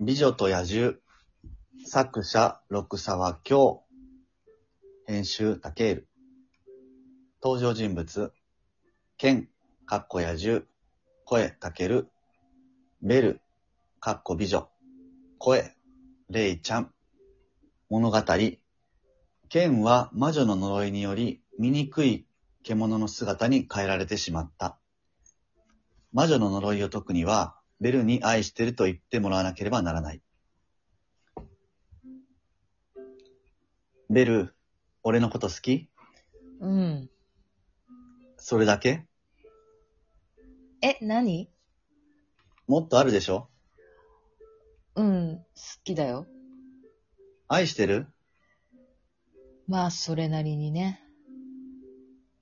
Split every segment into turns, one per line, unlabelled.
美女と野獣。作者、六沢京。編集、竹エル。登場人物、剣、かっこ野獣。声、たける。ベル、かっこ美女。声、レイちゃん。物語、剣は魔女の呪いにより、醜い獣の姿に変えられてしまった。魔女の呪いを解くには、ベルに愛してると言ってもらわなければならない。ベル、俺のこと好き
うん。
それだけ
え、何
もっとあるでしょ
うん、好きだよ。
愛してる
まあ、それなりにね。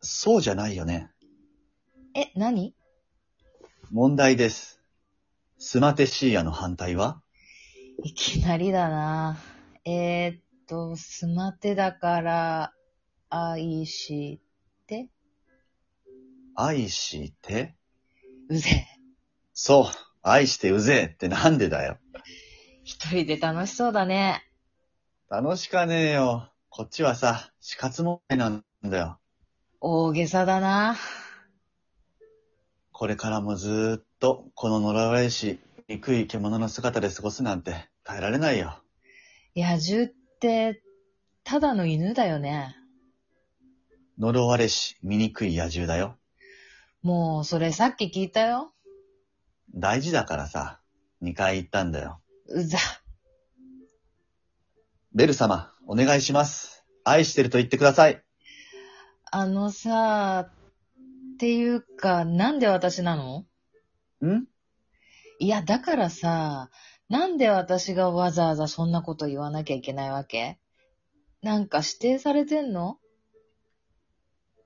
そうじゃないよね。
え、何
問題です。スマテシーヤの反対はい
きなりだな。えー、っと、スマテだから、愛して、
愛して
うぜ。
そう。愛してうぜえってなんでだよ。
一人で楽しそうだね。
楽しかねえよ。こっちはさ、死活問題なんだよ。
大げさだな。
これからもずーっと、この呪われし、憎い獣の姿で過ごすなんて耐えられないよ。
野獣って、ただの犬だよね。
呪われし、醜い野獣だよ。
もう、それさっき聞いたよ。
大事だからさ、2回言ったんだよ。
うざ。
ベル様、お願いします。愛してると言ってください。
あのさ、っていうか、なんで私なの
ん
いや、だからさ、なんで私がわざわざそんなこと言わなきゃいけないわけなんか指定されてんの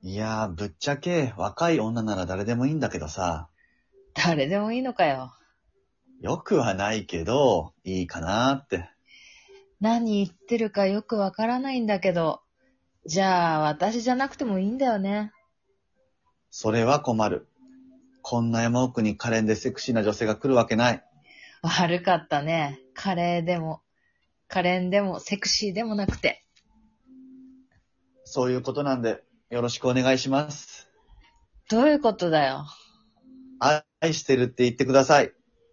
いやー、ぶっちゃけ、若い女なら誰でもいいんだけどさ、
誰でもいいのかよ。
よくはないけど、いいかなーって。
何言ってるかよくわからないんだけど。じゃあ、私じゃなくてもいいんだよね。
それは困る。こんな山奥に可憐でセクシーな女性が来るわけない。
悪かったね。カレーでも、カレンでも、セクシーでもなくて。
そういうことなんで、よろしくお願いします。
どういうことだよ。
愛してるって言ってください。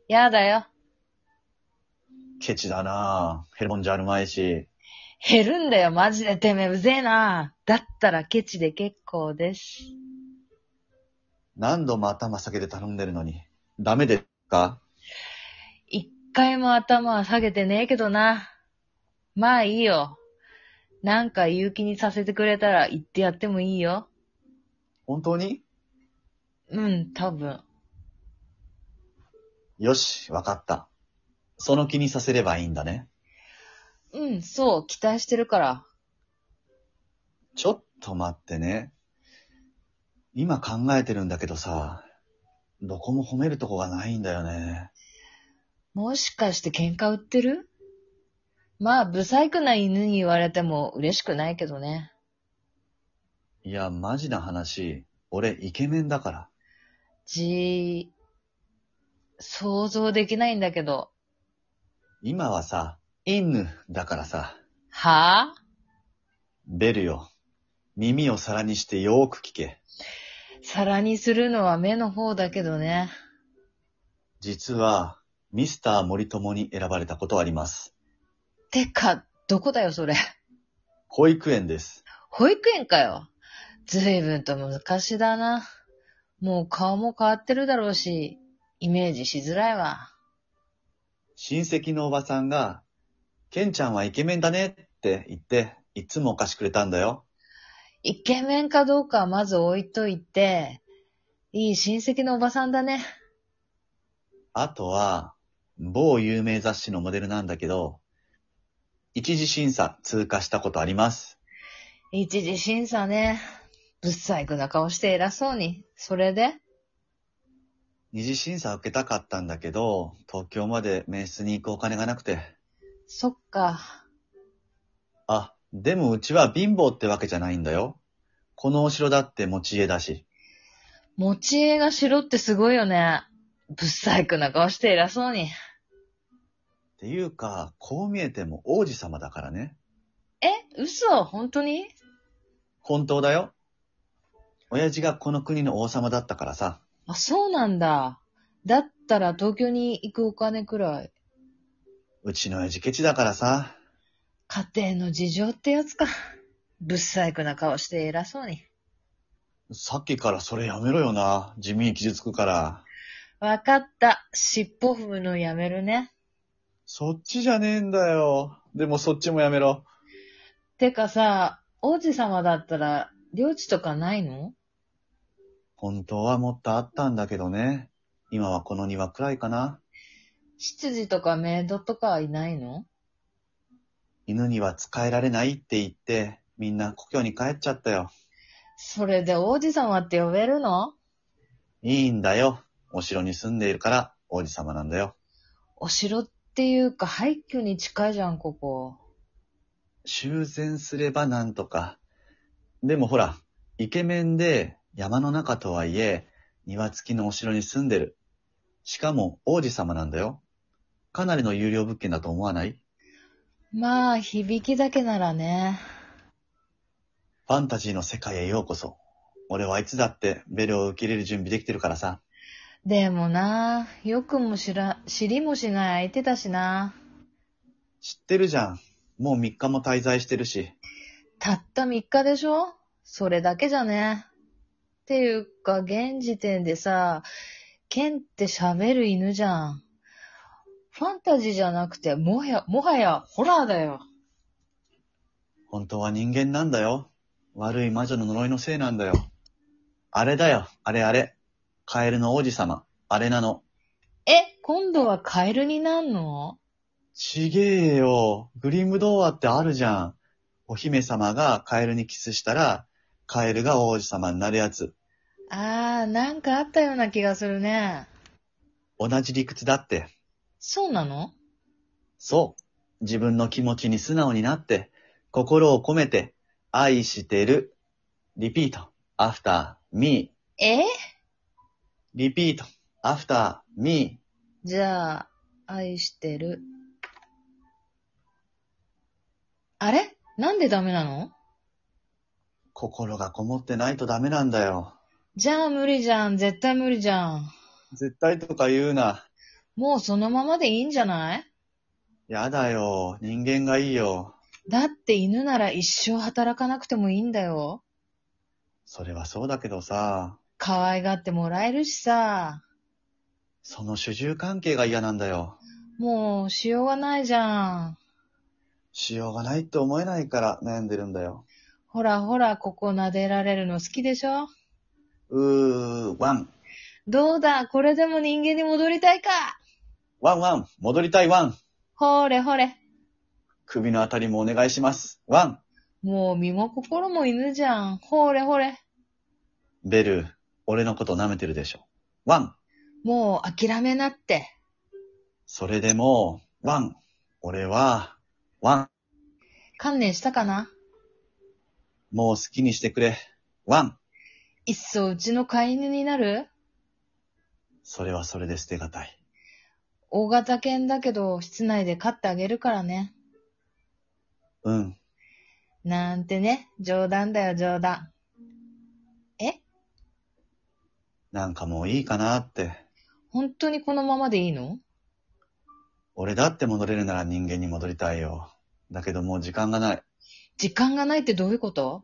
やだよ。
ケチだなぁ。ヘルモンじゃあるまいし。
減るんだよ、マジで。てめえ、うぜえな。だったらケチで結構です。
何度も頭下げて頼んでるのに。ダメですか
一回も頭は下げてねえけどな。まあいいよ。なんか言う気にさせてくれたら言ってやってもいいよ。
本当に
うん、多分。
よし、わかった。その気にさせればいいんだね。
うん、そう、期待してるから。
ちょっと待ってね。今考えてるんだけどさ、どこも褒めるとこがないんだよね。
もしかして喧嘩売ってるまあ、不細工な犬に言われても嬉しくないけどね。
いや、マジな話。俺、イケメンだから。
じー、想像できないんだけど。
今はさ、インヌだからさ。
はぁ、
ベルよ。耳を皿にしてよーく聞け。
皿にするのは目の方だけどね。
実は、ミスター森友に選ばれたことあります。
てか、どこだよ、それ。
保育園です。
保育園かよ。ずいぶんと昔だな。もう顔も変わってるだろうし、イメージしづらいわ。
親戚のおばさんが、ケンちゃんはイケメンだねって言って、いつもお菓子くれたんだよ。
イケメンかどうかはまず置いといて、いい親戚のおばさんだね。
あとは、某有名雑誌のモデルなんだけど、一次審査通過したことあります。
一時審査ね。ぶっ細工な顔して偉そうに。それで
二次審査受けたかったんだけど、東京まで面室に行くお金がなくて。
そっか。
あ、でもうちは貧乏ってわけじゃないんだよ。このお城だって持ち家だし。
持ち家が白ってすごいよね。ぶっ細工な顔して偉そうに。
ていうか、こう見えても王子様だからね。
え嘘本当に
本当だよ。親父がこの国の王様だったからさ。
あ、そうなんだ。だったら東京に行くお金くらい。
うちの親父ケチだからさ。
家庭の事情ってやつか。 ぶっ細工な顔して偉そうに。
さっきからそれやめろよな。地味に傷つくから。
わかった。尻尾踏むのやめるね。
そっちじゃねえんだよ。でもそっちもやめろ。
てかさ、王子様だったら、領地とかないの
本当はもっとあったんだけどね。今はこの庭くらいかな。
執事とかメイドとかはいないの
犬には使えられないって言って、みんな故郷に帰っちゃったよ。
それで王子様って呼べるの
いいんだよ。お城に住んでいるから王子様なんだよ。
お城っていうか廃墟に近いじゃん、ここ。
修繕すればなんとか。でもほら、イケメンで山の中とはいえ、庭付きのお城に住んでる。しかも王子様なんだよ。かなりの有料物件だと思わない
まあ、響きだけならね。
ファンタジーの世界へようこそ。俺はいつだってベルを受け入れる準備できてるからさ。
でもな、よくも知ら、知りもしない相手だしな。
知ってるじゃん。もう3日も滞在してるし。
たった3日でしょそれだけじゃね。っていうか、現時点でさ、ケンって喋る犬じゃん。ファンタジーじゃなくて、もはや、もはや、ホラーだよ。
本当は人間なんだよ。悪い魔女の呪いのせいなんだよ。あれだよ、あれあれ。カエルの王子様、あれなの。
え、今度はカエルになんの
ちげえよ。グリム童話ってあるじゃん。お姫様がカエルにキスしたら、カエルが王子様になるやつ。
あー、なんかあったような気がするね。
同じ理屈だって。
そうなの
そう。自分の気持ちに素直になって、心を込めて、愛してる。リピート、アフター、ミ
え
ー。リピート、アフター、ミー。
じゃあ、愛してる。あれなんでダメなの
心がこもってないとダメなんだよ。
じゃあ無理じゃん。絶対無理じゃん。
絶対とか言うな。
もうそのままでいいんじゃない
やだよ。人間がいいよ。
だって犬なら一生働かなくてもいいんだよ。
それはそうだけどさ、
可愛がってもらえるしさ。
その主従関係が嫌なんだよ。
もうしようがないじゃん。
しようがないって思えないから悩んでるんだよ。
ほらほら、ここ撫でられるの好きでしょ
うー、ワン。
どうだ、これでも人間に戻りたいか。
ワンワン。戻りたいワン。
ほれほれ。
首のあたりもお願いします。ワン。
もう身も心も犬じゃん。ほれほれ。
ベル、俺のこと舐めてるでしょ。ワン。
もう諦めなって。
それでも、ワン。俺は、ワン。
観念したかな
もう好きにしてくれ。ワン。
いっそうちの飼い犬になる
それはそれで捨てがたい。
大型犬だけど、室内で飼ってあげるからね。
うん。
なんてね、冗談だよ、冗談。え
なんかもういいかなって。
本当にこのままでいいの
俺だって戻れるなら人間に戻りたいよ。だけどもう時間がない。
時間がないってどういうこと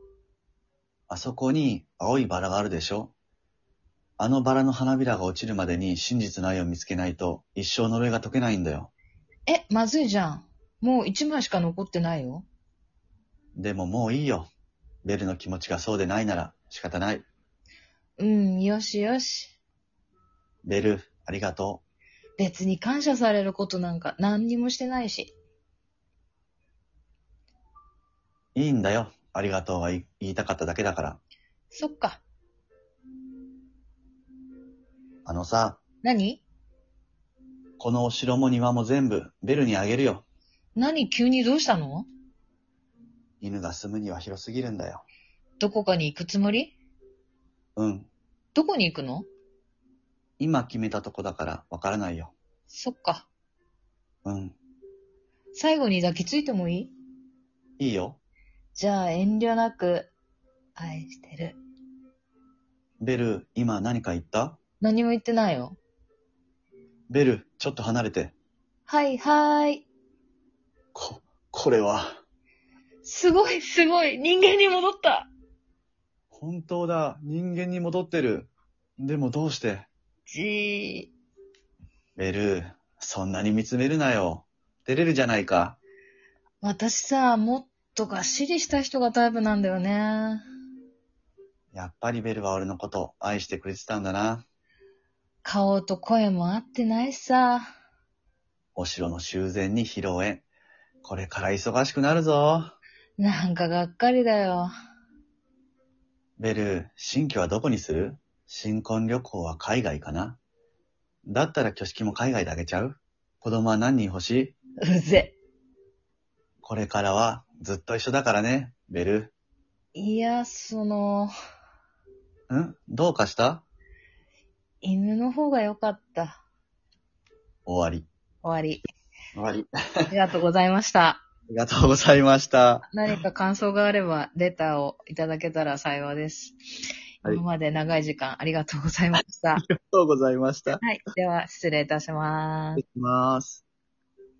あそこに青いバラがあるでしょあのバラの花びらが落ちるまでに真実の愛を見つけないと一生呪いが解けないんだよ。
え、まずいじゃん。もう一枚しか残ってないよ。
でももういいよ。ベルの気持ちがそうでないなら仕方ない。
うん、よしよし。
ベル、ありがと
別に感謝されることなんか何にもしてないし。
う。いいんだよ。ありがとうは言い言いたかっただけだから。
そっか。
あのさ、
何
このお城も庭も全部ベルにあげるよ。
何急にどうしたの
犬が住むには広すぎるんだよ。
どこかに行くつもり
うん。
どこに行くの
今決めたとこだからわからないよ。
そっか。
うん。
最後に抱きついてもいい
いいよ。
じゃあ遠慮なく、愛してる。
ベル、今何か言った
何も言ってないよ。
ベル、ちょっと離れて。
はいはーい。
こ、これは。
すごいすごい人間に戻った
本当だ。人間に戻ってる。でもどうして
じー。
ベル、そんなに見つめるなよ。照れるじゃないか。
私さ、もっとがっしりした人がタイプなんだよね。
やっぱりベルは俺のこと愛してくれてたんだな。
顔と声も合ってないしさ。
お城の修繕に披露宴。これから忙しくなるぞ。
なんかがっかりだよ。
ベル、新居はどこにする新婚旅行は海外かなだったら挙式も海外であげちゃう子供は何人欲しいう
ぜ。
これからはずっと一緒だからね、ベル。
いや、その、
んどうかした
犬の方が良かった。
終わり。
終わり。
終わり。
ありがとうございました。
ありがとうございました。
何か感想があれば、レターをいただけたら幸いです。
はい
今まで長い時間 ありがとうございました。
ありがとうございました。
はい。では、失礼いたします
失。礼します。